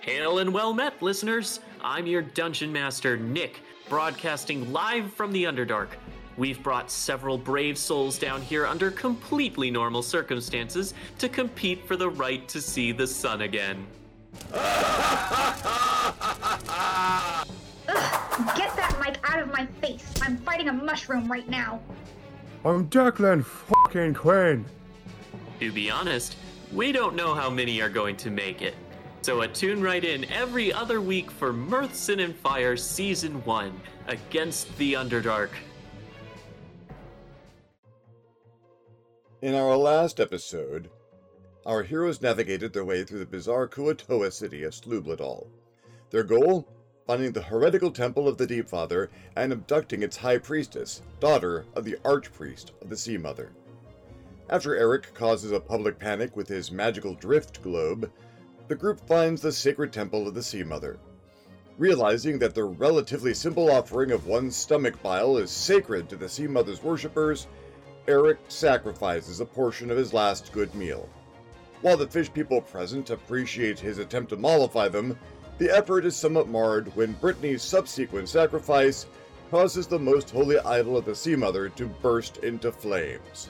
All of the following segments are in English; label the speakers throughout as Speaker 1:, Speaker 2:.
Speaker 1: Hail and well met, listeners! I'm your dungeon master, Nick, broadcasting live from the Underdark. We've brought several brave souls down here under completely normal circumstances to compete for the right to see the sun again.
Speaker 2: Get that mic out of my face. I'm fighting a mushroom right now.
Speaker 3: I'm Declan fucking Quinn.
Speaker 1: To be honest, we don't know how many are going to make it. So attune right in every other week for Mirth, Sin, and Fire Season 1 Against the Underdark.
Speaker 4: In our last episode, our heroes navigated their way through the bizarre Kuatoa city of Slubladal. Their goal? Finding the heretical temple of the Deep Father and abducting its high priestess, daughter of the archpriest of the Sea Mother. After Eric causes a public panic with his magical drift globe, the group finds the sacred temple of the Sea Mother. Realizing that the relatively simple offering of one's stomach bile is sacred to the Sea Mother's worshippers, Eric sacrifices a portion of his last good meal. While the fish people present appreciate his attempt to mollify them, the effort is somewhat marred when Brittany's subsequent sacrifice causes the most holy idol of the Sea Mother to burst into flames.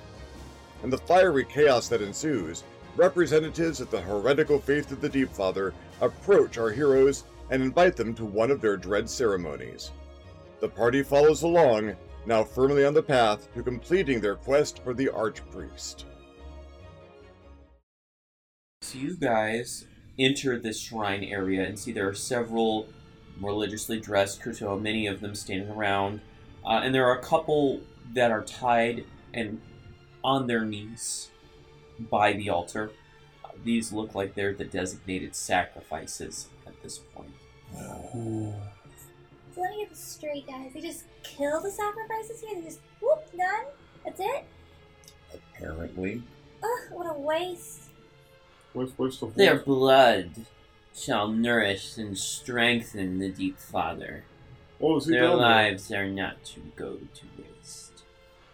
Speaker 4: In the fiery chaos that ensues, representatives of the heretical faith of the Deep Father approach our heroes and invite them to one of their dread ceremonies. The party follows along, now firmly on the path to completing their quest for the Archpriest.
Speaker 5: So you guys enter this shrine area and see there are several religiously dressed Kuto, many of them standing around, uh, and there are a couple that are tied and on their knees by the altar. Uh, these look like they're the designated sacrifices at this point.
Speaker 6: So let me get this straight, guys. They just kill the sacrifices here. They just whoop done. That's it.
Speaker 5: Apparently,
Speaker 6: Ugh, what a waste.
Speaker 3: What's, what's the voice?
Speaker 5: their blood shall nourish and strengthen the Deep Father.
Speaker 3: Oh, is he
Speaker 5: Their
Speaker 3: down there?
Speaker 5: lives are not to go to waste.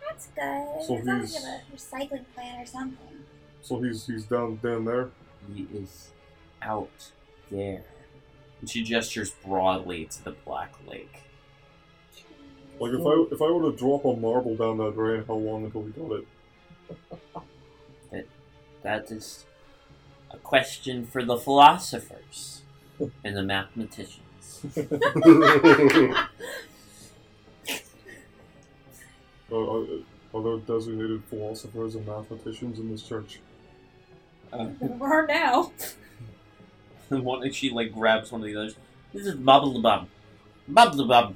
Speaker 6: That's good.
Speaker 3: So
Speaker 6: So Sounds
Speaker 3: he's-
Speaker 6: like a recycling plant or something.
Speaker 3: So he's he's down down there.
Speaker 5: He is out there. And she gestures broadly to the Black Lake.
Speaker 3: Like if I if I were to drop a marble down that drain, how long until we got it?
Speaker 5: That is a question for the philosophers and the mathematicians.
Speaker 3: Are, are, are there Uh, designated philosophers and mathematicians in this church?
Speaker 5: Uh,
Speaker 6: There are now.
Speaker 5: and one, and she like grabs one of the others. This is Bubblebub. Bubblebub,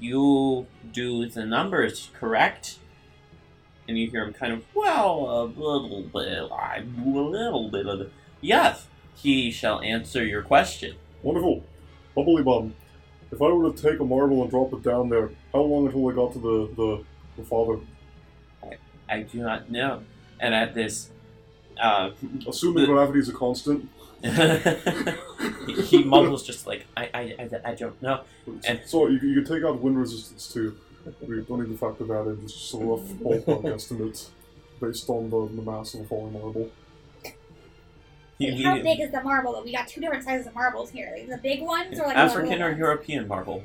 Speaker 5: you do the numbers, correct? And you hear him kind of, well, a little bit, I'm a little bit of it. Yes, he shall answer your question.
Speaker 3: Wonderful, bubbly bum. If I were to take a marble and drop it down there, how long until I got to the the, the father?
Speaker 5: I do not know. And at this, uh,
Speaker 3: Assuming
Speaker 5: The-
Speaker 3: gravity is a constant.
Speaker 5: he, he mumbles just like, I, I, I, I don't know. And-
Speaker 3: so you, you can take out wind resistance too. We don't need to factor that in. It's just a rough ballpark estimate based on the, the mass of the falling marble.
Speaker 5: He
Speaker 6: Like, how
Speaker 5: immediately-
Speaker 6: big is the marble? though? We got two different sizes of marbles here. Like, the big ones or like
Speaker 5: African
Speaker 6: the
Speaker 5: or
Speaker 6: little
Speaker 5: European marble?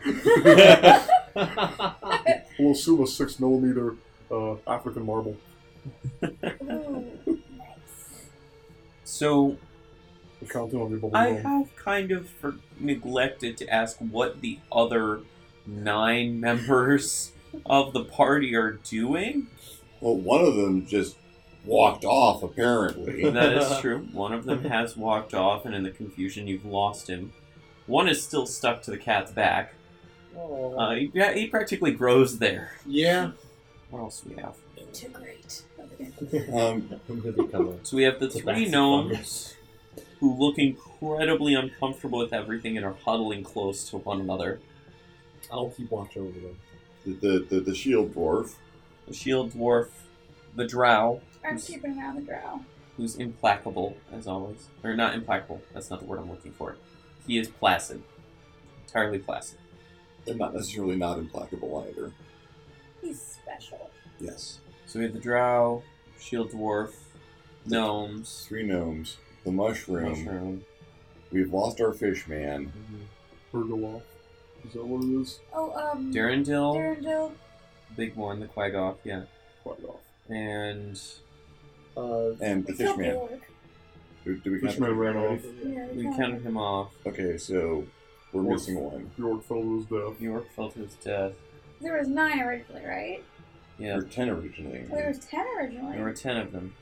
Speaker 3: We'll assume a six millimeter uh, African marble.
Speaker 6: ones? Ooh, nice.
Speaker 5: so
Speaker 3: The counting on your
Speaker 7: Oh,
Speaker 3: um, bubble
Speaker 5: I
Speaker 3: bum.
Speaker 5: have kind of for- neglected to ask what the other nine members of the party are doing.
Speaker 4: Well, one of them just walked off, apparently.
Speaker 5: That is true. One of them has walked off, and in the confusion, you've lost him. One is still stuck to the cat's back.
Speaker 7: Oh.
Speaker 8: Um,
Speaker 5: Uh, he, yeah, he practically grows there.
Speaker 7: Yeah.
Speaker 5: What else do we have?
Speaker 6: Integrate.
Speaker 7: Um, I'm gonna become a
Speaker 5: So we have the
Speaker 7: That's
Speaker 5: three
Speaker 7: fun.
Speaker 5: gnomes who look incredibly uncomfortable with everything and are huddling close to one another.
Speaker 7: I'll keep watch over them.
Speaker 4: the, the, the, the shield dwarf.
Speaker 5: The shield dwarf, the drow,
Speaker 6: I'm keeping around the drow.
Speaker 5: who's implacable as always, or not implacable. That's not the word I'm looking for. He is placid, entirely placid.
Speaker 4: They're not necessarily not implacable either.
Speaker 6: He's special.
Speaker 4: Yes.
Speaker 5: So we have the drow, shield dwarf, gnomes,
Speaker 4: Three gnomes, the mushroom,
Speaker 5: mushroom,
Speaker 8: We've lost our fish man.
Speaker 3: Pergoloth. Is that what it is?
Speaker 6: Oh, um.
Speaker 5: Darendil,
Speaker 6: Darendil.
Speaker 5: big one, the Quaggoth, yeah.
Speaker 3: Quite off.
Speaker 5: And
Speaker 7: Uh,
Speaker 8: And the
Speaker 6: It's
Speaker 8: fish
Speaker 6: not
Speaker 8: man.
Speaker 6: Borg.
Speaker 8: Do, do we count
Speaker 3: Fishman
Speaker 8: the
Speaker 3: ran off.
Speaker 6: Yeah,
Speaker 5: we
Speaker 6: it's not.
Speaker 5: counted him off.
Speaker 8: Okay, so we're
Speaker 3: Orc-
Speaker 8: missing one.
Speaker 3: York fell to his death.
Speaker 5: York fell to his death.
Speaker 6: There was nine originally, right?
Speaker 5: Yeah.
Speaker 8: There were ten originally.
Speaker 6: Well, there was ten originally.
Speaker 5: There were ten of them.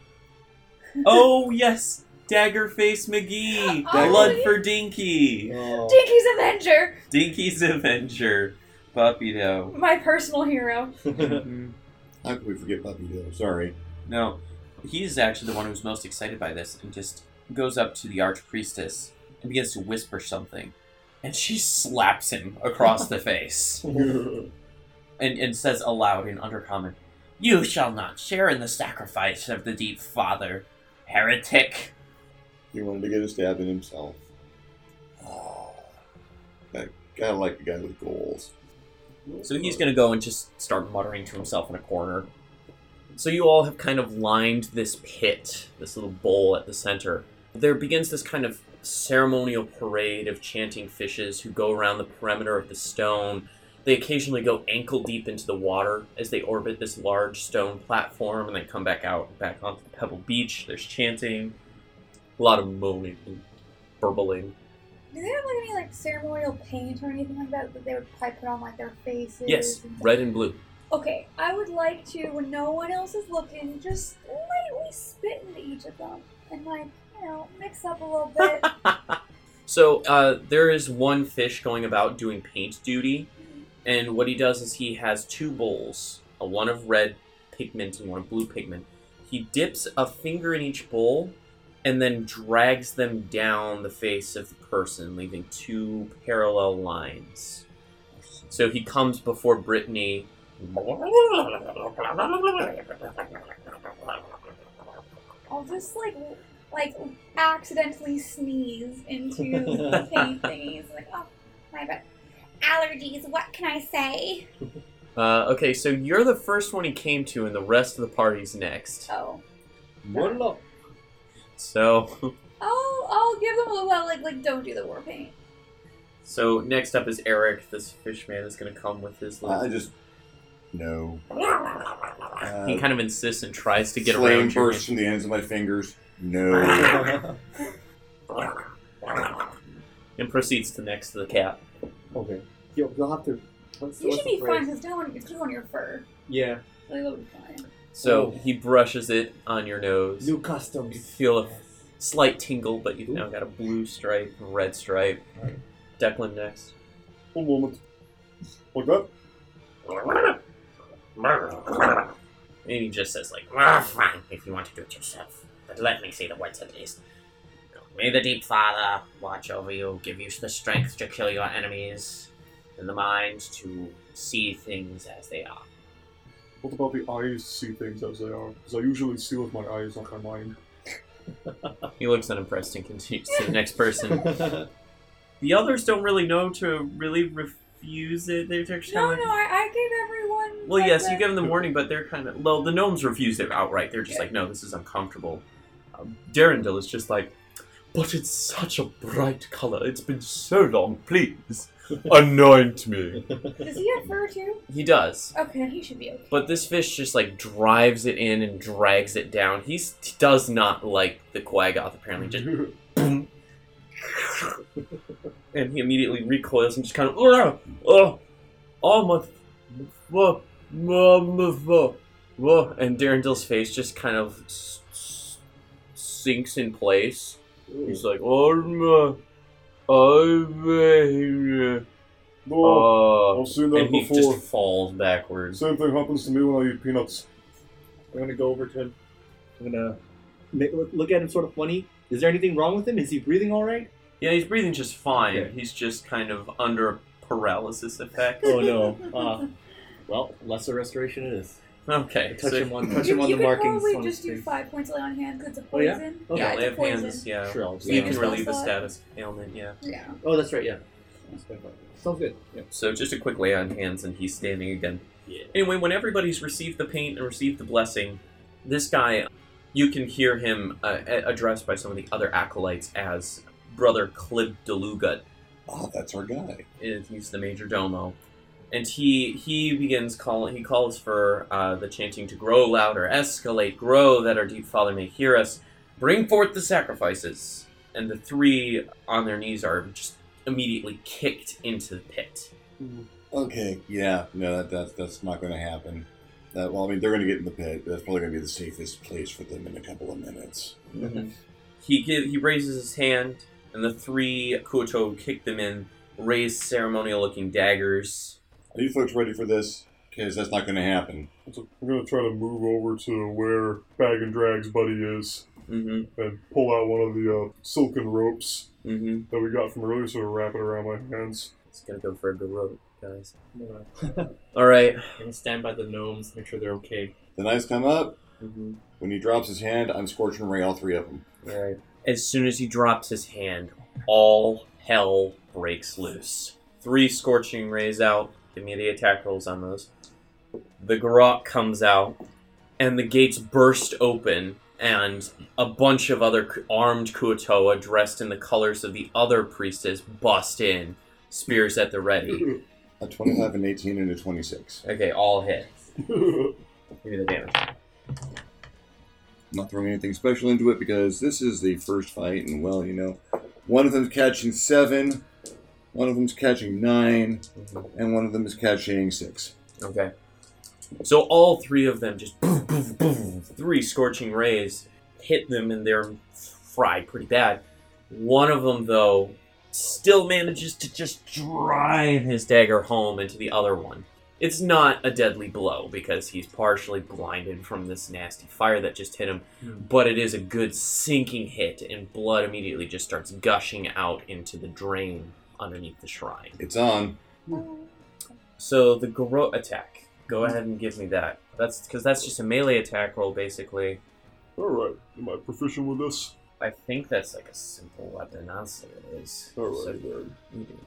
Speaker 5: oh yes, Daggerface McGee,
Speaker 6: Oh,
Speaker 5: Blood
Speaker 6: really?
Speaker 5: for Dinky,
Speaker 7: oh,
Speaker 6: Dinky's Avenger,
Speaker 5: Dinky's Avenger, Buffydo.
Speaker 6: my personal hero.
Speaker 8: How could we forget Puppy Doe? Sorry.
Speaker 5: No, he's actually the one who's most excited by this, and just goes up to the archpriestess and begins to whisper something, and she slaps him across the face and and says aloud in undercommon, "You shall not share in the sacrifice of the Deep Father, heretic."
Speaker 8: He wanted to get a stab in himself. Oh, I kind of like the guy with goals.
Speaker 5: So he's going to go and just start muttering to himself in a corner. So you all have kind of lined this pit, this little bowl at the center. There begins this kind of ceremonial parade of chanting fishes who go around the perimeter of the stone. They occasionally go ankle deep into the water as they orbit this large stone platform and then come back out, back onto the pebble beach. There's chanting, a lot of moaning and burbling.
Speaker 6: Do they have like any like ceremonial paint or anything like that that they would probably put on like their faces?
Speaker 5: Yes,
Speaker 6: and-
Speaker 5: red and blue.
Speaker 6: Okay, I would like to, when no one else is looking, just lightly spit into each of them and like you know mix up a little bit.
Speaker 5: So uh, there is one fish going about doing paint duty, and what he does is he has two bowls, a one of red pigment and one of blue pigment. He dips a finger in each bowl, and then drags them down the face of the person, leaving two parallel lines. So he comes before Brittany.
Speaker 6: I'll just like l- like accidentally sneeze into the paint thingies. Like oh my bad, allergies. What can I say?
Speaker 5: Uh, okay, so you're the first one he came to, and the rest of the party's next.
Speaker 6: Oh.
Speaker 7: Morlo.
Speaker 5: So.
Speaker 6: I'll, I'll give them a little like like don't do the war paint.
Speaker 5: So next up is Eric. This fish man is gonna come with his little.
Speaker 8: I just no. Uh,
Speaker 5: he kind of insists and tries to get
Speaker 8: flame
Speaker 5: around you.
Speaker 8: bursts from the ends of my fingers. No.
Speaker 5: and proceeds to next to the cat.
Speaker 7: okay. You'll, you'll have to. What's,
Speaker 6: You
Speaker 7: what's
Speaker 6: should
Speaker 7: the
Speaker 6: be
Speaker 7: phrase?
Speaker 6: fine because no one it's on your fur.
Speaker 7: Yeah.
Speaker 6: So you'll be fine.
Speaker 5: So
Speaker 7: Oh.
Speaker 5: he brushes it on your nose.
Speaker 7: New
Speaker 5: You
Speaker 7: customs.
Speaker 5: feel a slight tingle, but you've now got a blue stripe, and red stripe. Declan next.
Speaker 3: One moment. Like that?
Speaker 5: And he just says like, "Ah, fine, if you want to do it yourself, but let me see the words at least." May the deep father watch over you, give you the strength to kill your enemies, and the mind to see things as they are.
Speaker 3: What about the eyes to see things as they are? Because I usually see with my eyes, not my mind.
Speaker 5: He looks unimpressed and continues to the next person. the others don't really know to really refuse it. They're just
Speaker 6: No,
Speaker 5: kind
Speaker 6: no,
Speaker 5: of.
Speaker 6: I, I gave everyone.
Speaker 5: Well,
Speaker 6: like,
Speaker 5: yes,
Speaker 6: the-
Speaker 5: you give them the warning, but they're kind of. Well, the gnomes refuse it outright. They're just like, no, this is uncomfortable. Um, Darendil is just like, but it's such a bright color. It's been so long. Please, anoint me.
Speaker 6: Does he have fur too?
Speaker 5: He does.
Speaker 6: Okay, he should be okay.
Speaker 5: But this fish just like drives it in and drags it down. He's, he does not like the Quaggoth, apparently. Just boom. and he immediately recoils and just kind of, oh, oh, oh my, whoa, whoa, whoa, whoa, whoa. And Darendil's face just kind of s- s- sinks in place. He's like, oh, my, oh,
Speaker 3: No,
Speaker 5: my, uh,
Speaker 3: I've seen that
Speaker 5: and he
Speaker 3: before.
Speaker 5: just falls backwards.
Speaker 3: Same thing happens to me when I eat peanuts.
Speaker 7: I'm gonna go over to him. I'm gonna make, look, look at him sort of funny. Is there anything wrong with him? Is he breathing all right?
Speaker 5: Yeah, he's breathing just fine.
Speaker 7: Okay.
Speaker 5: He's just kind of under a paralysis effect.
Speaker 7: Oh no. Uh, well, lesser restoration it is.
Speaker 5: Okay.
Speaker 7: Touch
Speaker 5: so-
Speaker 7: him on, touch
Speaker 6: you
Speaker 7: him on
Speaker 6: you
Speaker 7: the
Speaker 6: could
Speaker 7: markings.
Speaker 6: probably
Speaker 7: on
Speaker 6: just
Speaker 7: his
Speaker 6: do
Speaker 7: face.
Speaker 6: five points lay on hand because it's
Speaker 7: Oh, yeah?
Speaker 6: poison.
Speaker 7: Okay.
Speaker 5: Yeah,
Speaker 6: it's
Speaker 5: lay
Speaker 6: a
Speaker 5: of
Speaker 6: poison.
Speaker 5: hands. Yeah.
Speaker 7: Sure, I'll just
Speaker 5: So you
Speaker 7: lay
Speaker 5: can
Speaker 7: on-
Speaker 6: Spell
Speaker 5: relieve the
Speaker 6: slot.
Speaker 5: status ailment. Yeah.
Speaker 6: Yeah.
Speaker 7: Oh, that's right. Yeah. Sounds good. Yeah.
Speaker 5: So just a quick lay on hands, and he's standing again.
Speaker 7: Yeah.
Speaker 5: Anyway, when everybody's received the paint and received the blessing, this guy, you can hear him uh, a- addressed by some of the other acolytes as brother Clib Delugut.
Speaker 8: Oh, that's our guy.
Speaker 5: is he's the major domo, and he he begins calling. He calls for uh, the chanting to grow louder, escalate, grow, that our deep father may hear us. Bring forth the sacrifices, and the three on their knees are just immediately kicked into the pit.
Speaker 8: Okay, yeah, no, that, that's that's not going to happen. That, well, I mean, they're going to get in the pit. That's probably going to be the safest place for them in a couple of minutes.
Speaker 5: He give, he raises his hand, and the three Kuoto kick them in, raise ceremonial-looking daggers.
Speaker 8: Are you folks ready for this? Because that's not going to happen.
Speaker 3: So I'm gonna try to move over to where Bag and Drag's buddy is
Speaker 5: hmm
Speaker 3: and pull out one of the uh, silken ropes
Speaker 5: hmm
Speaker 3: that we got from earlier, sort of wrap it around my hands.
Speaker 5: It's gonna go for a good road, guys.
Speaker 7: I'm
Speaker 5: All right.
Speaker 7: gonna stand by the gnomes, make sure they're okay.
Speaker 8: The knives come up.
Speaker 5: Mm-hmm.
Speaker 8: When he drops his hand, I'm scorching ray all three of them.
Speaker 5: Right. As soon as he drops his hand, all hell breaks loose. Three scorching rays out. Give me the attack rolls on those. The grot comes out, and the gates burst open, and a bunch of other k- armed Kuotoa dressed in the colors of the other priestess bust in, spears at the ready.
Speaker 8: A 25, an 18, and a 26.
Speaker 5: Okay, all hit. Give me the damage.
Speaker 8: Not throwing anything special into it because this is the first fight, and well, you know, one of them's catching seven, one of them's catching nine,
Speaker 5: Mm-hmm.
Speaker 8: and one of them is catching six.
Speaker 5: Okay. So all three of them just boom, boom, boom, three scorching rays hit them and they're fried pretty bad. One of them, though, still manages to just drive his dagger home into the other one. It's not a deadly blow because he's partially blinded from this nasty fire that just hit him, but it is a good sinking hit, and blood immediately just starts gushing out into the drain underneath the shrine.
Speaker 8: It's on.
Speaker 7: Hmm.
Speaker 6: Um,
Speaker 5: So the garrote attack. Go ahead and give me that. That's because that's just a melee attack roll, basically.
Speaker 3: All right, am I proficient with this?
Speaker 5: I think that's like a simple weapon. Honestly, it is.
Speaker 3: All
Speaker 5: So
Speaker 3: right, then.
Speaker 5: you do.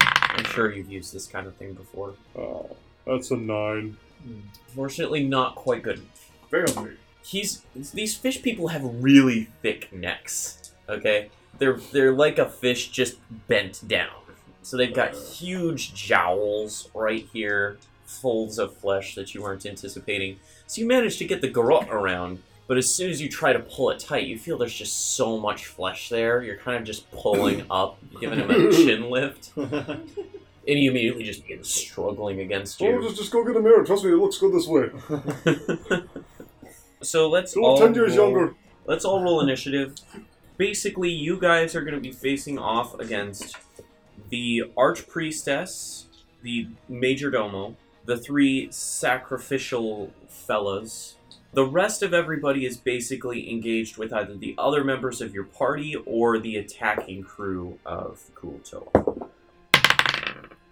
Speaker 5: I'm sure you've used this kind of thing before.
Speaker 3: Uh, that's a nine. Oh,
Speaker 5: Fortunately, not quite good.
Speaker 3: Family.
Speaker 5: He's these fish people have really thick necks. Okay, they're they're like a fish just bent down. So they've got huge jowls right here, folds of flesh that you weren't anticipating. So you manage to get the garrote around, but as soon as you try to pull it tight, you feel there's just so much flesh there. You're kind of just pulling up, giving him a chin lift, and he immediately just begins struggling against
Speaker 3: Oh,
Speaker 5: you.
Speaker 3: just, just go get a mirror. Trust me, it looks good this way.
Speaker 5: so let's
Speaker 3: You're
Speaker 5: all
Speaker 3: ten years
Speaker 5: roll-
Speaker 3: younger.
Speaker 5: Let's all roll initiative. Basically, you guys are going to be facing off against the Archpriestess, the Majordomo, the three sacrificial fellas. The rest of everybody is basically engaged with either the other members of your party or the attacking crew of Kuotoa.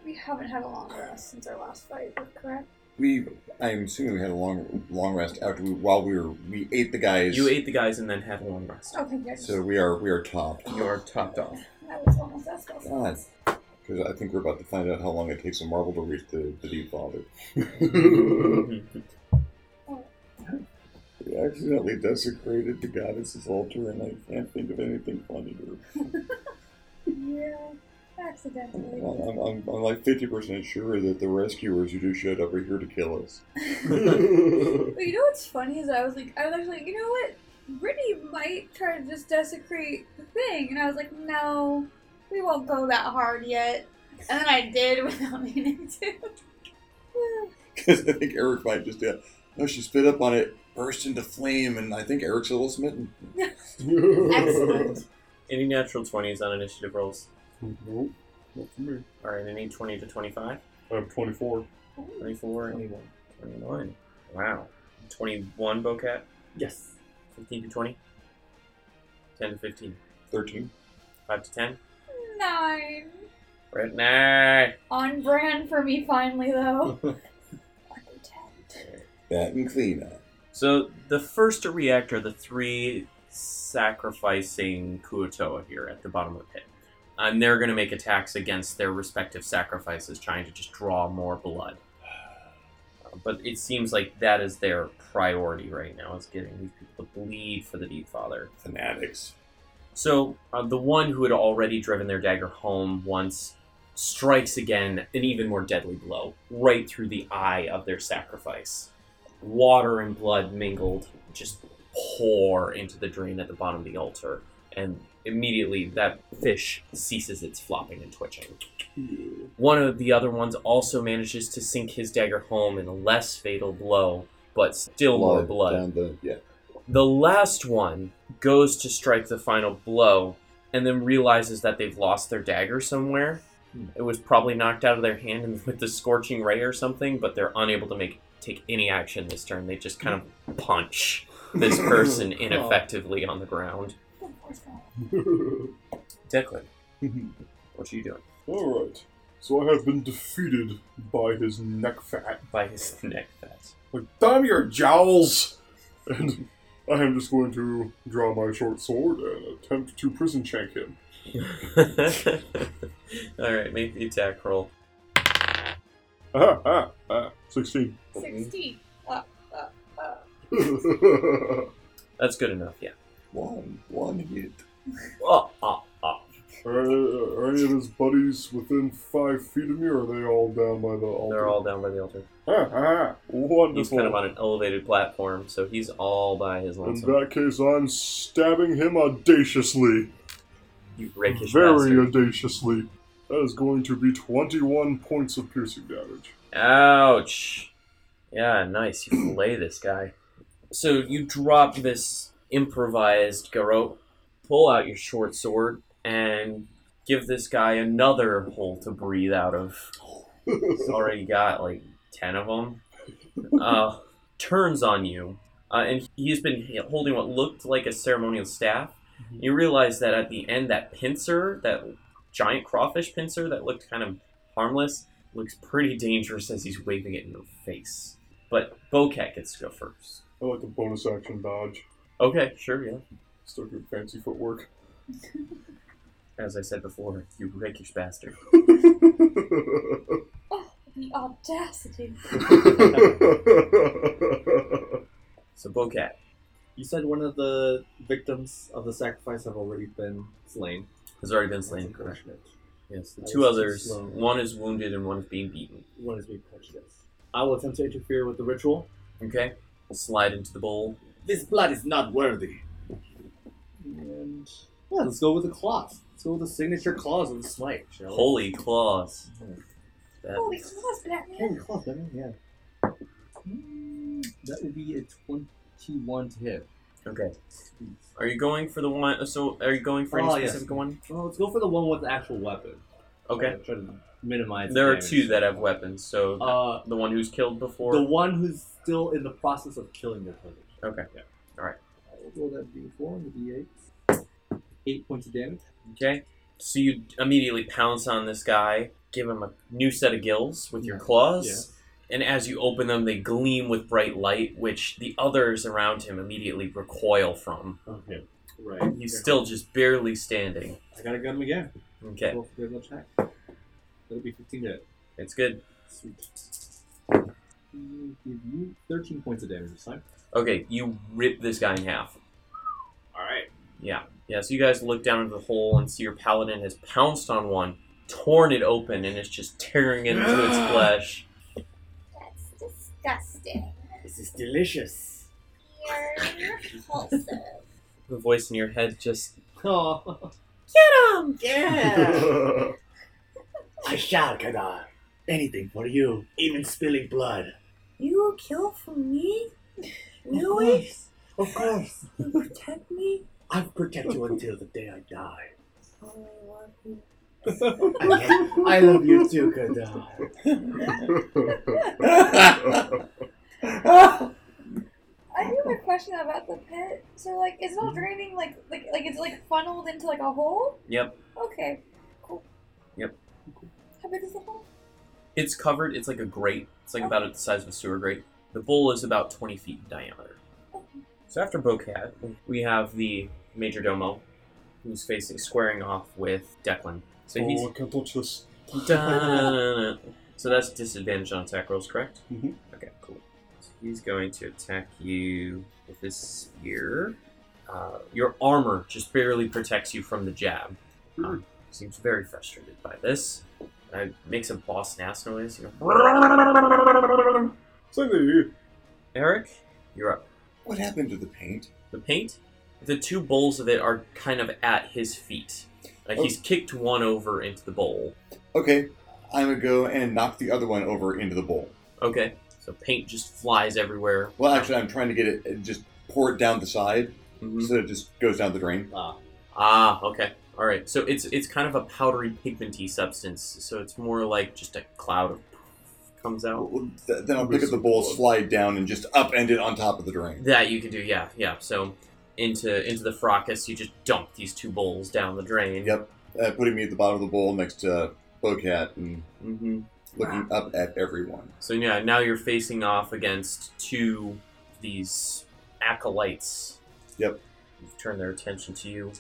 Speaker 6: We haven't had a long rest since our last fight, correct?
Speaker 8: We, I'm assuming we had a long, long rest after we, while we were, we ate the guys.
Speaker 5: You ate the guys and then had a long rest.
Speaker 6: Okay, good.
Speaker 8: So we are, we are topped.
Speaker 5: You are topped off.
Speaker 6: that was almost as close.
Speaker 8: God, because I think we're about to find out how long it takes a marble to reach the, the deep father.
Speaker 5: Mm-hmm.
Speaker 8: We accidentally desecrated the goddess's altar, and I can't think of anything funny. To
Speaker 6: Yeah, accidentally.
Speaker 7: Oh.
Speaker 8: well, I'm, I'm, I'm like fifty percent sure that the rescuers who just showed up are here to kill us.
Speaker 6: But you know what's funny is I was like, I was actually like, you know what? Brittany might try to just desecrate the thing, and I was like, no, we won't go that hard yet. And then I did without meaning to.
Speaker 8: Because I think Eric might just uh, no, she spit up on it, burst into flame, and I think Eric's a little smitten.
Speaker 6: Excellent.
Speaker 5: Any natural 20s on initiative rolls?
Speaker 3: Nope, not for me.
Speaker 5: All right, any 20 to 25?
Speaker 3: I'm 24.
Speaker 5: 24, 21. 21. Wow. 21 Bocat?
Speaker 7: Yes.
Speaker 5: 15 to 20? 10 to 15.
Speaker 8: Thirteen.
Speaker 5: 5 to 10?
Speaker 6: Nine.
Speaker 5: Right at 9.
Speaker 6: On brand for me, finally though. Under ten.
Speaker 8: That and cleanup.
Speaker 5: So the first to react are the three sacrificing Kuotoa here at the bottom of the pit. And they're going to make attacks against their respective sacrifices, trying to just draw more blood. Uh, But it seems like that is their priority right now, is getting these people to bleed for the Deep Father.
Speaker 8: Fanatics.
Speaker 5: So uh, the one who had already driven their dagger home once strikes again an even more deadly blow right through the eye of their sacrifice. Water and blood mingled just pour into the drain at the bottom of the altar, and immediately that fish ceases its flopping and twitching. One of the other ones also manages to sink his dagger home in a less fatal blow, but still more
Speaker 8: Blood
Speaker 5: blood.
Speaker 8: Down the, yeah.
Speaker 5: The last one goes to strike the final blow and then realizes that they've lost their dagger somewhere. It was probably knocked out of their hand with the scorching ray or something, but they're unable to make take any action this turn. They just kind of punch this person ineffectively on the ground. Declan, what are you doing?
Speaker 3: Alright. So I have been defeated by his neck fat.
Speaker 5: By his neck fat.
Speaker 3: Like, damn your jowls! And I am just going to draw my short sword and attempt to prison shank him.
Speaker 5: All right, make the attack roll.
Speaker 3: Ah, ah, ah. 16.
Speaker 6: 16. Uh, uh, uh.
Speaker 5: That's good enough. Yeah.
Speaker 8: One, one hit.
Speaker 5: Oh, oh, oh.
Speaker 3: Are, are any of his buddies within five feet of me, or are they all down by the altar?
Speaker 5: They're all down by the altar.
Speaker 3: Ah, ah, wonderful.
Speaker 5: He's kind of on an elevated platform, so he's all by his
Speaker 3: In
Speaker 5: lonesome.
Speaker 3: that case, I'm stabbing him audaciously.
Speaker 5: You rakish
Speaker 3: Very
Speaker 5: bastard.
Speaker 3: audaciously. That is going to be 21 points of piercing damage.
Speaker 5: Ouch. Yeah, nice. You fillet this guy. So you drop this improvised garrote, pull out your short sword, and give this guy another hole to breathe out of. He's already got like 10 of them. Uh, turns on you, uh, and he's been holding what looked like a ceremonial staff. You realize that at the end, that pincer, that giant crawfish pincer that looked kind of harmless, looks pretty dangerous as he's waving it in your face. But Bocat gets to go first.
Speaker 3: I like the bonus action dodge.
Speaker 5: Okay, sure, yeah.
Speaker 3: Start doing fancy footwork.
Speaker 5: As I said before, you rakish bastard.
Speaker 6: The audacity.
Speaker 5: So Bocat,
Speaker 7: You said one of the victims of the sacrifice have already been slain.
Speaker 5: has already been slain. Correct.
Speaker 7: Unfortunate.
Speaker 5: Yes. The
Speaker 7: That
Speaker 5: two
Speaker 7: was too
Speaker 5: others,
Speaker 7: slow.
Speaker 5: one is wounded and one is being beaten.
Speaker 7: One is being prejudiced. I will attempt to interfere with the ritual.
Speaker 5: Okay. Slide into the bowl.
Speaker 7: This blood is not worthy. And yeah, let's go with the claws. Let's go with the signature claws of the smite. Shall we?
Speaker 5: Holy claws.
Speaker 7: Mm-hmm.
Speaker 5: That-
Speaker 6: Holy claws, Batman.
Speaker 7: Holy claws, I mean, yeah. Mm, That would be a twenty-one to hit.
Speaker 5: Okay. Are you going for the one? uh, So are you going for any
Speaker 7: Oh, yes.
Speaker 5: specific one?
Speaker 7: Well, let's go for the one with the actual weapon.
Speaker 5: Okay.
Speaker 7: Try to minimize.
Speaker 5: There are
Speaker 7: damage.
Speaker 5: two that have weapons. So
Speaker 7: Uh,
Speaker 5: the one who's killed before.
Speaker 7: the one who's still in the process of killing their opponent.
Speaker 5: Okay.
Speaker 7: Yeah.
Speaker 5: All right.
Speaker 7: I will roll that d4 and the d8. Eight points of damage.
Speaker 5: Okay. So you immediately pounce on this guy, give him a new set of gills with your
Speaker 7: Yeah.
Speaker 5: claws. And as you open them, they gleam with bright light, which the others around him immediately recoil from.
Speaker 7: Okay. Right.
Speaker 5: He's still just barely standing.
Speaker 7: I gotta gun him again.
Speaker 5: Okay,
Speaker 7: Roll for the other attack. That'll be 15 hit.
Speaker 5: it's good.
Speaker 7: Sweet. Mm, Give you 13 points of damage this time.
Speaker 5: Okay, you rip this guy in half.
Speaker 7: All right.
Speaker 5: Yeah. Yeah, so you guys look down into the hole and see your paladin has pounced on one, torn it open, and it's just tearing into its flesh.
Speaker 6: That's disgusting.
Speaker 7: This is delicious.
Speaker 6: You're repulsive.
Speaker 5: The voice in your head just.
Speaker 7: Oh,
Speaker 9: I shall, Kadar. Anything for you, even spilling blood.
Speaker 10: You will kill for me?
Speaker 9: Of
Speaker 10: Really?
Speaker 9: course. Of course.
Speaker 10: You protect me?
Speaker 9: I'll protect you until the day I die.
Speaker 10: Oh, I love you.
Speaker 9: I love, I love you too, Kadar.
Speaker 6: I do have a question about the pit. So, like, it's not draining, like, like, like it's like funneled into like a hole.
Speaker 5: Yep.
Speaker 6: Okay, cool.
Speaker 5: Yep.
Speaker 6: How big is the hole?
Speaker 5: It's covered, it's like a grate. It's like about the size of a sewer grate. The bowl is about 20 feet in diameter. So after Bocat, we have the Major Domo, who's facing squaring off with Declan. So he's.
Speaker 3: oh, I can't touch this.
Speaker 5: Dun. so that's disadvantage on attack rolls, correct?
Speaker 3: Mhm.
Speaker 5: Okay, cool. So he's going to attack you with his spear. uh, your armor just barely protects you from the jab. Uh, seems very frustrated by this. Uh, makes a boss ass noise. You know.
Speaker 3: Same to you.
Speaker 5: Eric, you're up.
Speaker 8: What happened to the paint?
Speaker 5: The paint, the two bowls of it are kind of at his feet. Like he's kicked one over into the bowl.
Speaker 8: Okay, I'm gonna go and knock the other one over into the bowl.
Speaker 5: Okay, so paint just flies everywhere.
Speaker 8: Well, actually, I'm trying to get it and just pour it down the side
Speaker 4: Mm-hmm.
Speaker 5: Mhm.
Speaker 8: so it just goes down the drain.
Speaker 5: Ah, ah, okay, all right. So it's it's kind of a powdery, pigmenty substance. So it's more like just a cloud of comes out.
Speaker 8: Well, th- Then I'll pick up the bowl, slide down, and just upend it on top of the drain.
Speaker 5: That you can do, yeah, yeah. So into into the fracas, you just dump these two bowls down the drain.
Speaker 8: Yep, uh, putting me at the bottom of the bowl next to Bowcat and
Speaker 5: hmm
Speaker 8: looking up at everyone.
Speaker 5: So yeah, now you're facing off against two these acolytes.
Speaker 8: Yep.
Speaker 5: Who've turned their attention to you.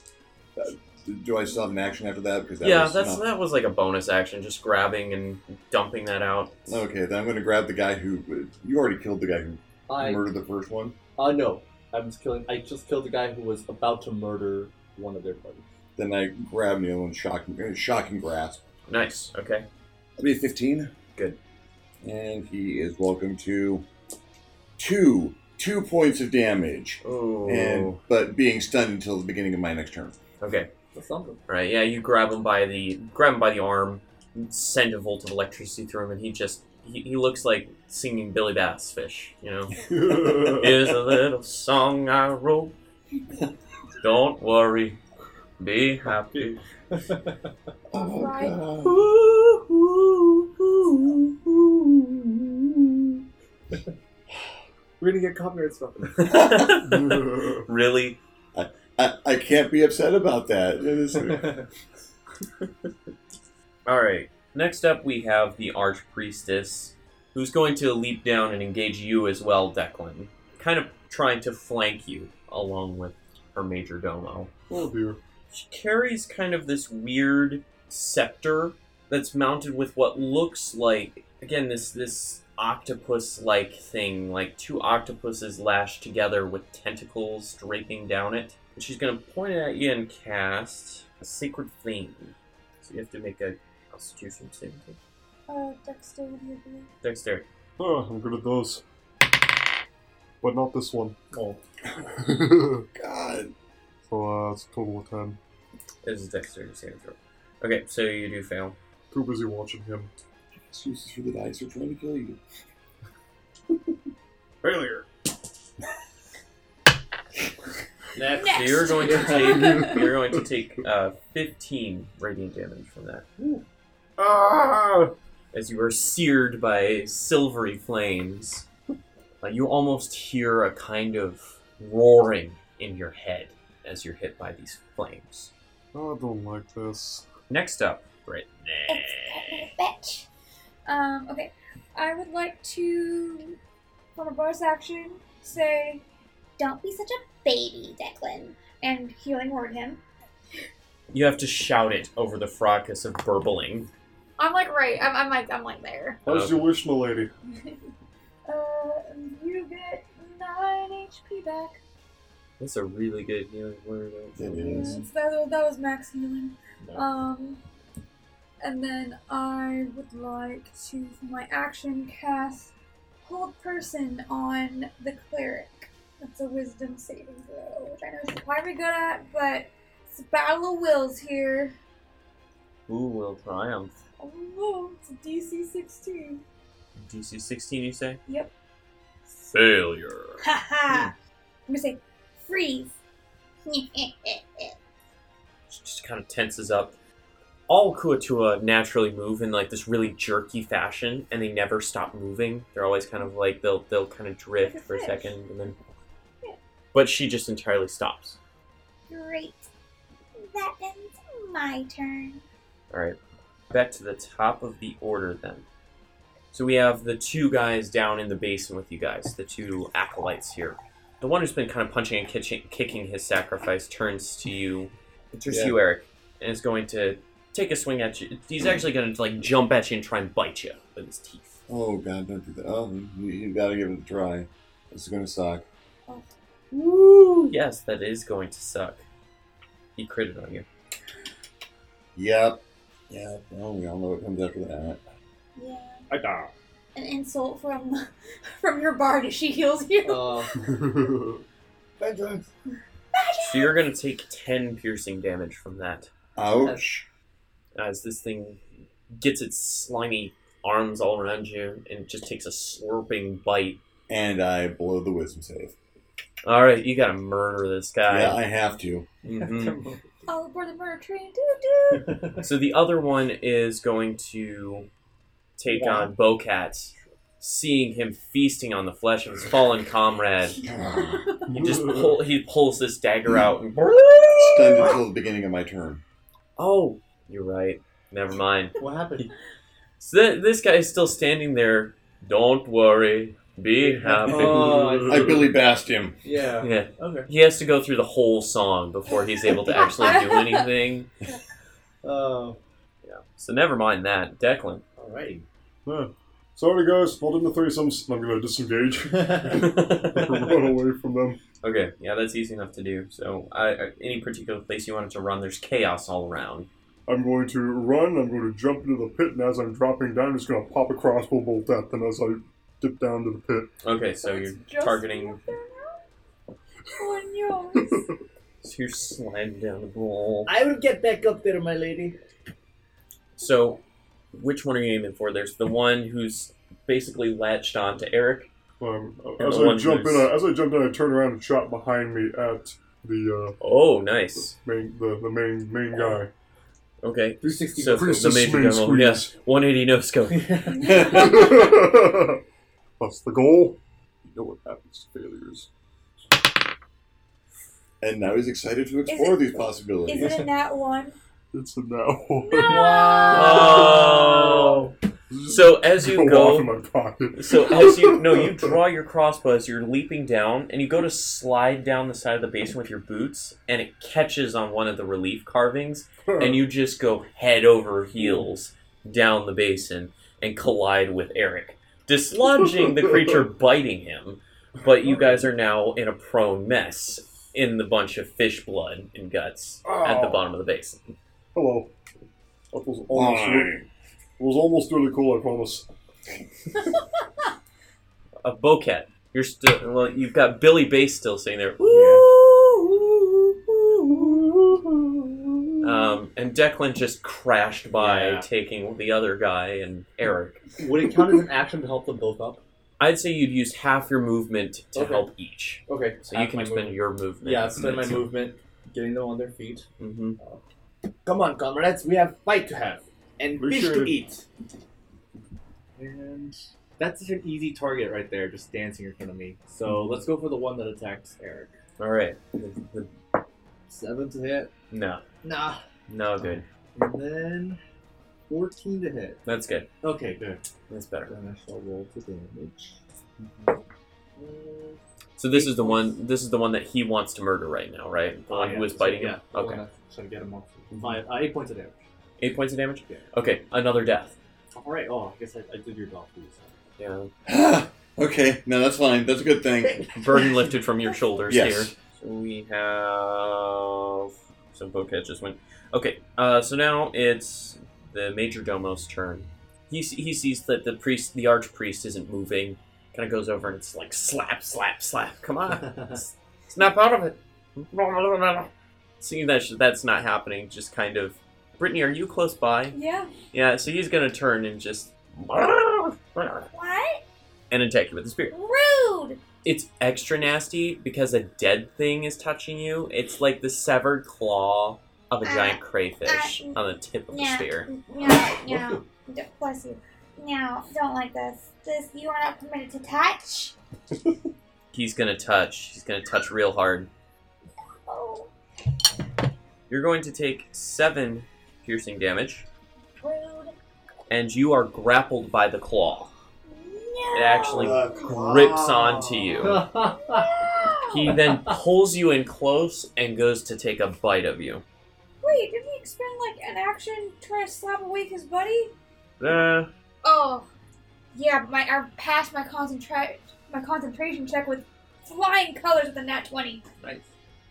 Speaker 8: Do I still have an action after that? Because that
Speaker 5: yeah,
Speaker 8: was
Speaker 5: that's
Speaker 8: not-
Speaker 5: that was like a bonus action, just grabbing and dumping that out.
Speaker 8: Okay, then I'm going to grab the guy who you already killed the guy who
Speaker 11: I
Speaker 8: murdered the first one.
Speaker 11: uh, no, I'm just killing. I just killed the guy who was about to murder one of their buddies.
Speaker 8: Then I grab the other one, shocking, uh, shocking grasp.
Speaker 5: Nice. Okay.
Speaker 8: That'd be a 15.
Speaker 5: Good.
Speaker 8: And he is welcome to two two points of damage,
Speaker 5: Oh.
Speaker 8: and but being stunned until the beginning of my next turn.
Speaker 5: Okay.
Speaker 11: That's something.
Speaker 5: All right. Yeah, you grab him by the grab him by the arm, send a volt of electricity through him, and he just he, he looks like singing Billy Bass Fish. You know. Here's a little song I wrote. Don't worry, be happy.
Speaker 8: Oh,
Speaker 6: Right.
Speaker 8: God.
Speaker 7: We're gonna get copyright stuff.
Speaker 5: really?
Speaker 8: I, I can't be upset about that. It is-
Speaker 5: All right. Next up, we have the archpriestess, who's going to leap down and engage you as well, Declan. Kind of trying to flank you along with her major domo.
Speaker 3: Oh dear.
Speaker 5: She carries kind of this weird scepter that's mounted with what looks like again this this octopus-like thing, like two octopuses lashed together with tentacles draping down it. And she's gonna point it at you and cast a sacred flame. So you have to make a Constitution saving throw.
Speaker 6: Uh, dexterity, I believe.
Speaker 5: Dexterity.
Speaker 3: Oh, I'm good at those. But not this one. Oh.
Speaker 5: Oh,
Speaker 8: God.
Speaker 3: So uh, it's a total of 10.
Speaker 5: it is a dexterity saving throw. Okay, so you do fail.
Speaker 3: Too busy watching him.
Speaker 8: Excuses for the dice are trying to kill you.
Speaker 7: Failure.
Speaker 5: Next. So you're going to take you're going to take uh, 15 radiant damage from that.
Speaker 7: Ah!
Speaker 5: as you are seared by silvery flames. Uh, you almost hear a kind of roaring in your head as you're hit by these flames.
Speaker 3: Oh, I don't like this.
Speaker 5: Next up, Brittany.
Speaker 6: Bitch. Um, okay. I would like to, from a bonus action, say, "Don't be such a baby, Declan," and healing word him.
Speaker 5: You have to shout it over the fracas of burbling. Uh,
Speaker 6: I'm like right. I'm, I'm like I'm like there.
Speaker 3: How's your wish, milady?
Speaker 6: Uh, you get nine HP back.
Speaker 5: That's a really good healing word.
Speaker 8: It
Speaker 5: actually.
Speaker 8: is.
Speaker 6: Yes, that, was- that was max healing. Um, and then I would like to, for my action, cast Hold Person on the cleric. That's a Wisdom saving throw, which I know she's probably good at, but it's a battle of wills here.
Speaker 5: Who will triumph?
Speaker 6: Oh, it's a DC 16.
Speaker 5: DC 16, you say?
Speaker 6: Yep.
Speaker 5: Failure.
Speaker 6: Haha! I'm gonna say freeze.
Speaker 5: She just kind of tenses up. All Kuatua naturally move in like this really jerky fashion, and they never stop moving. They're always kind of like they'll they'll kind of drift
Speaker 6: Like a
Speaker 5: for a
Speaker 6: fish.
Speaker 5: second, and then.
Speaker 6: Yeah.
Speaker 5: But she just entirely stops.
Speaker 6: Great. That ends my turn.
Speaker 5: All right, back to the top of the order then. So we have the two guys down in the basin with you guys, the two acolytes here. The one who's been kind of punching and kitchen, kicking his sacrifice turns to you, turns
Speaker 8: Yeah.
Speaker 5: to you, Eric, and is going to take a swing at you. He's actually going to like jump at you and try and bite you with his teeth.
Speaker 8: Oh God, don't do that. Oh, you, you gotta give it a try. It's gonna suck.
Speaker 6: Oh,
Speaker 5: Woo! Yes, that is going to suck. He critted on you.
Speaker 8: Yep. Yep. Oh, we all know what comes after that.
Speaker 6: Yeah.
Speaker 7: I die.
Speaker 6: An insult from from your bard as she heals you.
Speaker 5: Oh.
Speaker 11: Uh,
Speaker 5: So you're going to take 10 piercing damage from that.
Speaker 8: Ouch.
Speaker 5: As this thing gets its slimy arms all around you and just takes a slurping bite.
Speaker 8: And I blow the wisdom save.
Speaker 5: Alright, you gotta murder this guy.
Speaker 8: yeah, I have to.
Speaker 5: Mhm.
Speaker 6: All aboard the murder train. Doo doo.
Speaker 5: So the other one is going to take on Bocat, seeing him feasting on the flesh of his fallen comrade. He just pull, he pulls this dagger out and
Speaker 8: Stunned until the beginning of my turn.
Speaker 5: oh, you're right. Never mind.
Speaker 11: what happened?
Speaker 5: So th- this guy is still standing there. Don't worry, be happy.
Speaker 11: Oh,
Speaker 8: I Billy Bassed him.
Speaker 11: Yeah.
Speaker 5: yeah.
Speaker 11: Okay.
Speaker 5: He has to go through the whole song before he's able to actually do anything.
Speaker 11: Oh.
Speaker 5: Yeah. So never mind that, Declan.
Speaker 11: Alrighty.
Speaker 3: Yeah. Sorry, guys. Not in the threesomes. I'm gonna disengage. Run away from them.
Speaker 5: Okay, yeah, that's easy enough to do. So, I, I- any particular place you wanted to run, there's chaos all around.
Speaker 3: I'm going to run. I'm going to jump into the pit, and as I'm dropping down, I'm just going to pop a crossbow bolt at them as I dip down to the pit.
Speaker 5: Okay, so you're targeting.
Speaker 6: On yours.
Speaker 5: So you're sliding down the wall.
Speaker 9: I will get back up there, my lady.
Speaker 5: So, which one are you aiming for? There's the one who's basically latched on to Eric.
Speaker 3: Um,
Speaker 5: And
Speaker 3: as
Speaker 5: the
Speaker 3: I
Speaker 5: one
Speaker 3: jump in,
Speaker 5: who's-
Speaker 3: I, as I jump in, I turn around and shot behind me at the uh,
Speaker 5: Oh, nice.
Speaker 3: main the, the main main guy.
Speaker 5: Okay,
Speaker 7: 360.
Speaker 5: so
Speaker 3: Chris
Speaker 5: the
Speaker 3: is
Speaker 5: major
Speaker 3: main
Speaker 5: general, yes, 180 no scope.
Speaker 3: That's the goal. You know what happens to failures.
Speaker 8: And now he's excited to explore
Speaker 6: it-
Speaker 8: these
Speaker 6: Is
Speaker 8: possibilities.
Speaker 6: it in that one?
Speaker 3: It's a now.
Speaker 5: Oh. So as you
Speaker 3: off in
Speaker 5: go,
Speaker 3: my pocket.
Speaker 5: so as you no, you draw your crossbow as you're leaping down, and you go to slide down the side of the basin with your boots, and it catches on one of the relief carvings, and you just go head over heels down the basin and collide with Eric, dislodging the creature biting him. But you guys are now in a prone mess in the bunch of fish blood and guts at the
Speaker 3: Oh.
Speaker 5: bottom of the basin.
Speaker 3: hello. That was almost re- was almost really cool. I promise.
Speaker 5: A bowcat. You're still well. You've got Billy Bass still sitting there. Um, and Declan just crashed by,
Speaker 11: Yeah.
Speaker 5: taking the other guy and Eric.
Speaker 11: Would it count as an action to help them build up?
Speaker 5: I'd say you'd use half your movement to
Speaker 11: Okay.
Speaker 5: help each,
Speaker 11: Okay.
Speaker 5: so
Speaker 11: half
Speaker 5: you can
Speaker 11: my
Speaker 5: spend
Speaker 11: movement.
Speaker 5: your movement.
Speaker 11: Yeah, spend my movement, getting them on their feet.
Speaker 5: Mm-hmm.
Speaker 9: Come on, comrades, we have fight to have and
Speaker 3: We
Speaker 9: fish
Speaker 3: should.
Speaker 9: to eat.
Speaker 11: And that's such an easy target right there, just dancing in front of me. So let's go for the one that attacked Eric.
Speaker 5: All right. The- the-
Speaker 11: Seven to hit.
Speaker 5: No,
Speaker 9: Nah.
Speaker 5: no good.
Speaker 11: And then fourteen to hit.
Speaker 5: That's good.
Speaker 11: Okay, good.
Speaker 5: That's better.
Speaker 11: Then I shall roll for damage. Mm-hmm.
Speaker 5: So this is the one. This is the one that he wants to murder right now, right? The
Speaker 11: Oh,
Speaker 5: one
Speaker 11: yeah,
Speaker 5: who was
Speaker 11: so-
Speaker 5: biting
Speaker 11: yeah,
Speaker 5: him.
Speaker 11: the one
Speaker 5: Okay.
Speaker 11: that's Trying to get him off. Five, uh, eight points of damage.
Speaker 5: Eight points of damage.
Speaker 11: Yeah.
Speaker 5: Okay. Another death.
Speaker 11: All right. Oh, I guess I, I did your golf please.
Speaker 5: Yeah.
Speaker 8: okay, no, that's fine. That's a good thing.
Speaker 5: Burden lifted from your shoulders here.
Speaker 8: Yes.
Speaker 5: So we have. So Bokeh just went. Okay, uh, so now it's the Major Domo's turn. He, s- he sees that the priest, the archpriest, isn't moving. Kind of goes over and it's like slap, slap, slap. Come on, S- snap out of it. Seeing that sh- that's not happening, just kind of. Brittany, are you close by?
Speaker 6: yeah.
Speaker 5: Yeah, so he's gonna turn and just.
Speaker 6: What?
Speaker 5: And attack you with the spear
Speaker 6: Rude.
Speaker 5: it's extra nasty because a dead thing is touching you. It's like the severed claw of a
Speaker 6: Ah,
Speaker 5: giant crayfish
Speaker 6: ah,
Speaker 5: on the tip of the
Speaker 6: Yeah.
Speaker 5: spear.
Speaker 6: No, no. D- Bless you. No, don't like this. This you are not permitted to touch.
Speaker 5: He's gonna touch. He's gonna touch real hard.
Speaker 6: Oh,
Speaker 5: You're going to take seven piercing damage,
Speaker 6: rude.
Speaker 5: and you are grappled by the claw.
Speaker 6: No.
Speaker 5: It actually grips onto you. He then pulls you in close and goes to take a bite of you.
Speaker 6: Wait, did he expend like an action trying to slap awake his buddy?
Speaker 5: Uh,
Speaker 6: Oh, yeah. but My I passed my concentrate my concentration check with flying colors with a nat 20.
Speaker 5: Nice.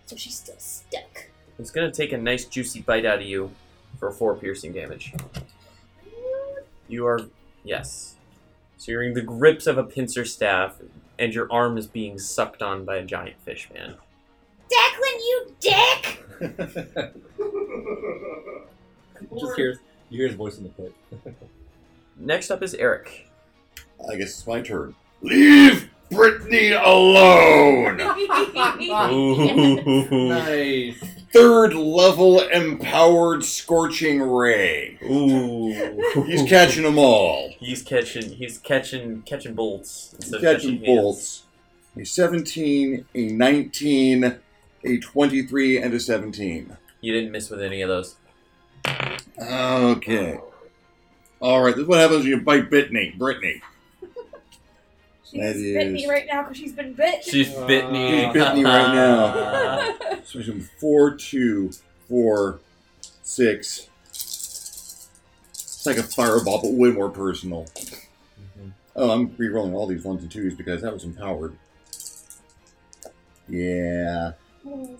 Speaker 6: So she's still stuck.
Speaker 5: It's gonna take a nice juicy bite out of you for four piercing damage. You are yes. So you're in the grips of a pincer staff, and your arm is being sucked on by a giant fish man.
Speaker 10: Declan, you dick!
Speaker 11: Just hears you hear his voice in the pit.
Speaker 5: Next up is Eric.
Speaker 4: I guess it's my turn.
Speaker 8: Leave Brittany alone!
Speaker 11: nice.
Speaker 8: Third level empowered scorching ray.
Speaker 5: Ooh.
Speaker 8: He's catching them all.
Speaker 5: He's catching. He's catching catching bolts. instead of
Speaker 8: catching
Speaker 5: hands.
Speaker 8: bolts. A 17, a 19, a 23, and a 17.
Speaker 5: You didn't miss with any of those.
Speaker 8: Okay. All right, this is what happens when you bite Brittany. Brittany.
Speaker 6: She's
Speaker 8: That
Speaker 6: bit me
Speaker 8: is-
Speaker 6: right now because she's been bit.
Speaker 5: She's bit me.
Speaker 8: He's bit me right now. So we can four, two, four, six. It's like a fireball, but way more personal. Oh, I'm re-rolling all these ones and twos because that was empowered. Yeah. 15,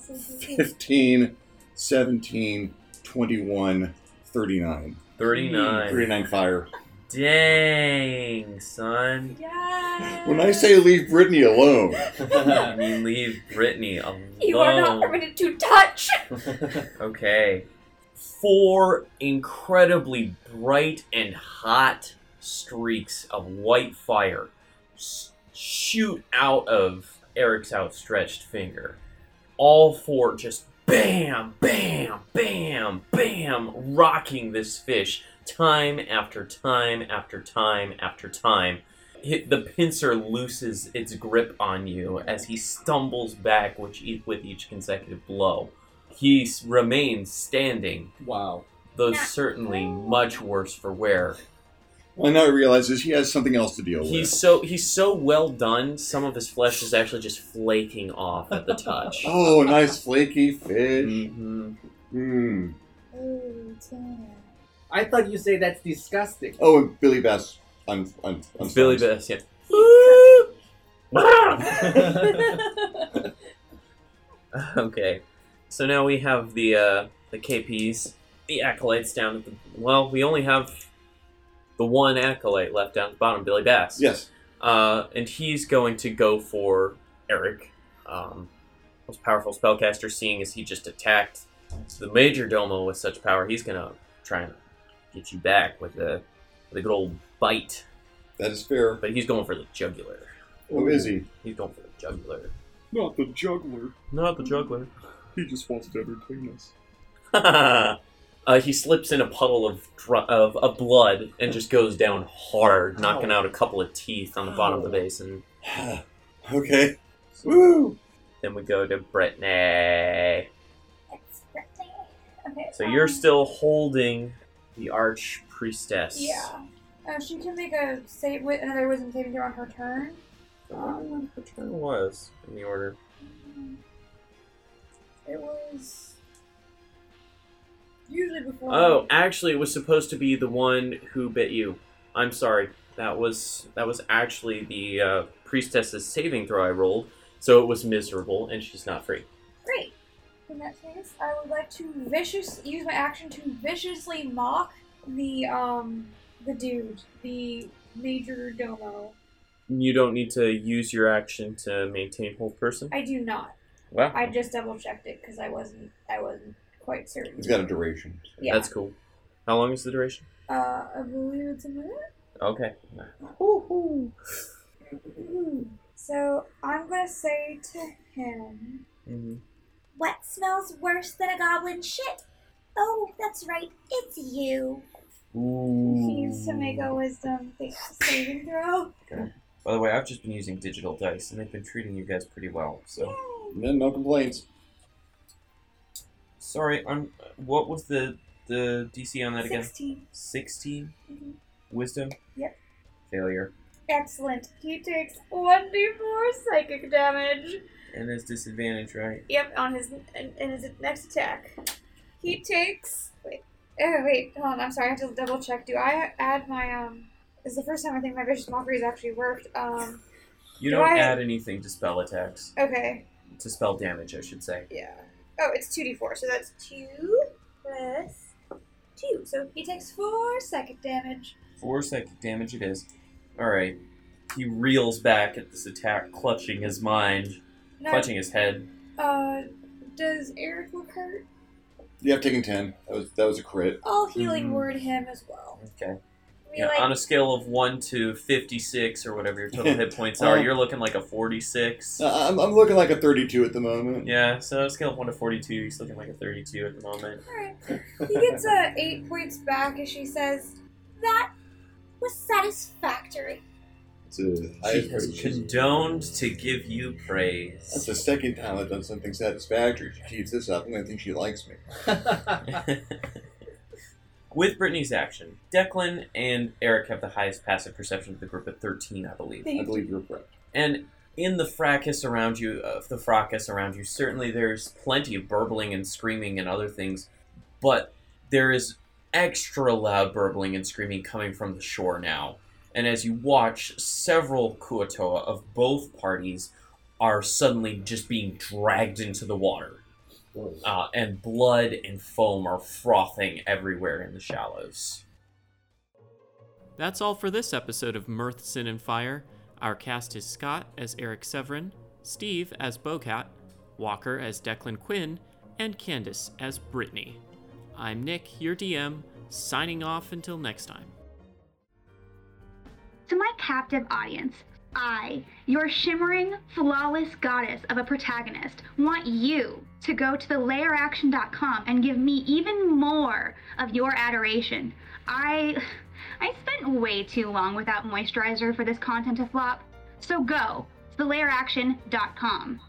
Speaker 8: 17, 21, 39.
Speaker 5: Thirty-nine.
Speaker 8: 39 fire.
Speaker 5: Dang, son.
Speaker 6: Yeah.
Speaker 8: When I say leave Brittany alone,
Speaker 5: you leave Brittany alone.
Speaker 6: You are not permitted to touch.
Speaker 5: Okay. Four incredibly bright and hot streaks of white fire s- shoot out of Eric's outstretched finger. All four just bam, bam, bam, bam, rocking this fish time after time after time after time. Hit, the pincer looses its grip on you as he stumbles back which eat with each consecutive blow. He s- remains standing,
Speaker 11: Wow.
Speaker 5: though certainly much worse for wear.
Speaker 8: well, now he realizes he has something else to deal with.
Speaker 5: He's so he's so well done. Some of his flesh is actually just flaking off at the touch.
Speaker 8: Oh, nice flaky fish.
Speaker 5: Mhm.
Speaker 11: Mm-hmm.
Speaker 8: Mm.
Speaker 10: Oh, damn.
Speaker 7: I thought you say that's disgusting.
Speaker 8: Oh, and Billy Bass. I'm, I'm, I'm
Speaker 5: Billy Bass, yeah. okay, so now we have the uh, the KPs, the acolytes down at the. Well, we only have the one acolyte left down at the bottom, Billy Bass.
Speaker 8: Yes.
Speaker 5: Uh, and he's going to go for Eric, um, most powerful spellcaster, seeing as he just attacked the Major Domo with such power. He's going to try and get you back with a, with a good old bite.
Speaker 8: That is fair.
Speaker 5: But he's going for the jugular.
Speaker 8: Who is he?
Speaker 5: He's going for the jugular.
Speaker 3: Not the juggler.
Speaker 5: Not the jugular.
Speaker 3: He just wants to entertain us.
Speaker 5: uh, he slips in a puddle of, dr- of, of blood and just goes down hard, knocking
Speaker 11: Ow.
Speaker 5: out a couple of teeth on the bottom of the basin.
Speaker 8: okay. Woo!
Speaker 5: Then we go to Brittany.
Speaker 6: Okay.
Speaker 5: So
Speaker 6: um,
Speaker 5: you're still holding the arch priestess.
Speaker 6: Yeah. Uh, she can make a save with another wisdom saving throw on her turn. Um,
Speaker 5: Which one was in the order?
Speaker 6: it was usually before.
Speaker 5: Oh, actually, it was supposed to be the one who bit you. I'm sorry. That was that was actually the uh, priestess's saving throw I rolled, so it was miserable, and she's not free.
Speaker 6: Great. In that case, I would like to vicious use my action to viciously mock the um the dude, the major domo.
Speaker 5: You don't need to use your action to maintain whole person.
Speaker 6: I do not.
Speaker 5: Wow,
Speaker 6: I just double checked it because I wasn't I wasn't quite certain.
Speaker 8: He's got a duration.
Speaker 6: Yeah.
Speaker 5: that's cool. How long is the duration?
Speaker 6: Uh, I believe it's a minute.
Speaker 5: Okay.
Speaker 6: So I'm gonna say to him,
Speaker 5: hmm
Speaker 10: What smells worse than a goblin shit? Oh, that's right, it's you.
Speaker 6: he needs to make a wisdom sa- saving throw.
Speaker 5: By the way, I've just been using digital dice, and they've been treating you guys pretty well. So
Speaker 8: No, no complaints.
Speaker 5: sorry. I'm. What was the the DC on that again?
Speaker 6: Sixteen.
Speaker 5: 16
Speaker 6: Mhm.
Speaker 5: wisdom
Speaker 6: Yep.
Speaker 5: failure
Speaker 6: Excellent. He takes one d4 psychic damage.
Speaker 5: and there's disadvantage right
Speaker 6: Yep, on his in, in his next attack, he takes. Wait, oh wait, hold on. I'm sorry. I have to double check. Do I add my um? This is the first time I think my vicious mockery has actually worked. Um,
Speaker 5: You
Speaker 6: Do
Speaker 5: don't
Speaker 6: I-
Speaker 5: add anything to spell attacks.
Speaker 6: Okay.
Speaker 5: To spell damage, I should say.
Speaker 6: Yeah. Oh, it's 2d4, so that's 2 plus 2. So he takes 4 psychic damage.
Speaker 5: Four psychic damage it is. Alright. He reels back at this attack, clutching his mind,
Speaker 6: Now,
Speaker 5: clutching his head.
Speaker 6: Uh, does Eric look hurt?
Speaker 4: Yeah, I'm taking ten. That was that was a crit.
Speaker 6: I'll healing
Speaker 5: Mm.
Speaker 6: word him as well.
Speaker 5: Okay.
Speaker 6: I mean,
Speaker 5: Yeah,
Speaker 6: like,
Speaker 5: on a scale of 1 to 56 or whatever your total hit points
Speaker 6: Oh.
Speaker 5: are,
Speaker 4: Um,
Speaker 5: you're looking like a 46.
Speaker 4: Uh, I'm, I'm looking like a 32 at the moment.
Speaker 5: yeah, so on a scale of 1 to 42, he's looking like a 32 at the moment.
Speaker 6: Alright. He gets uh, 8 points back as she says,
Speaker 10: That was satisfactory.
Speaker 4: It's a, I-
Speaker 5: She has condoned to give you praise.
Speaker 4: that's the second time I've done something satisfactory. She keeps this up, I'm gonna think she likes me.
Speaker 5: With Brittany's action, Declan and Eric have the highest passive perception of the group at 13, I believe.
Speaker 4: I believe you're correct.
Speaker 5: And in the fracas around you, of the fracas around you, certainly there's plenty of burbling and screaming and other things, but there is extra loud burbling and screaming coming from the shore now. And as you watch, several Kuatoa of both parties are suddenly just being dragged into the water. Uh, and blood and foam are frothing everywhere in the shallows.
Speaker 1: That's all for this episode of Mirth, Sin, and Fire. Our cast is Scott as Eric Severin, Steve as Bocat, Walker as Declan Quinn, and Candace as Brittany. I'm Nick, your DM, signing off until next time.
Speaker 2: To my captive audience, I, your shimmering, flawless goddess of a protagonist, want you to go to thelayeraction.com and give me even more of your adoration. I I spent way too long without moisturizer for this content to flop, so go to thelayeraction.com.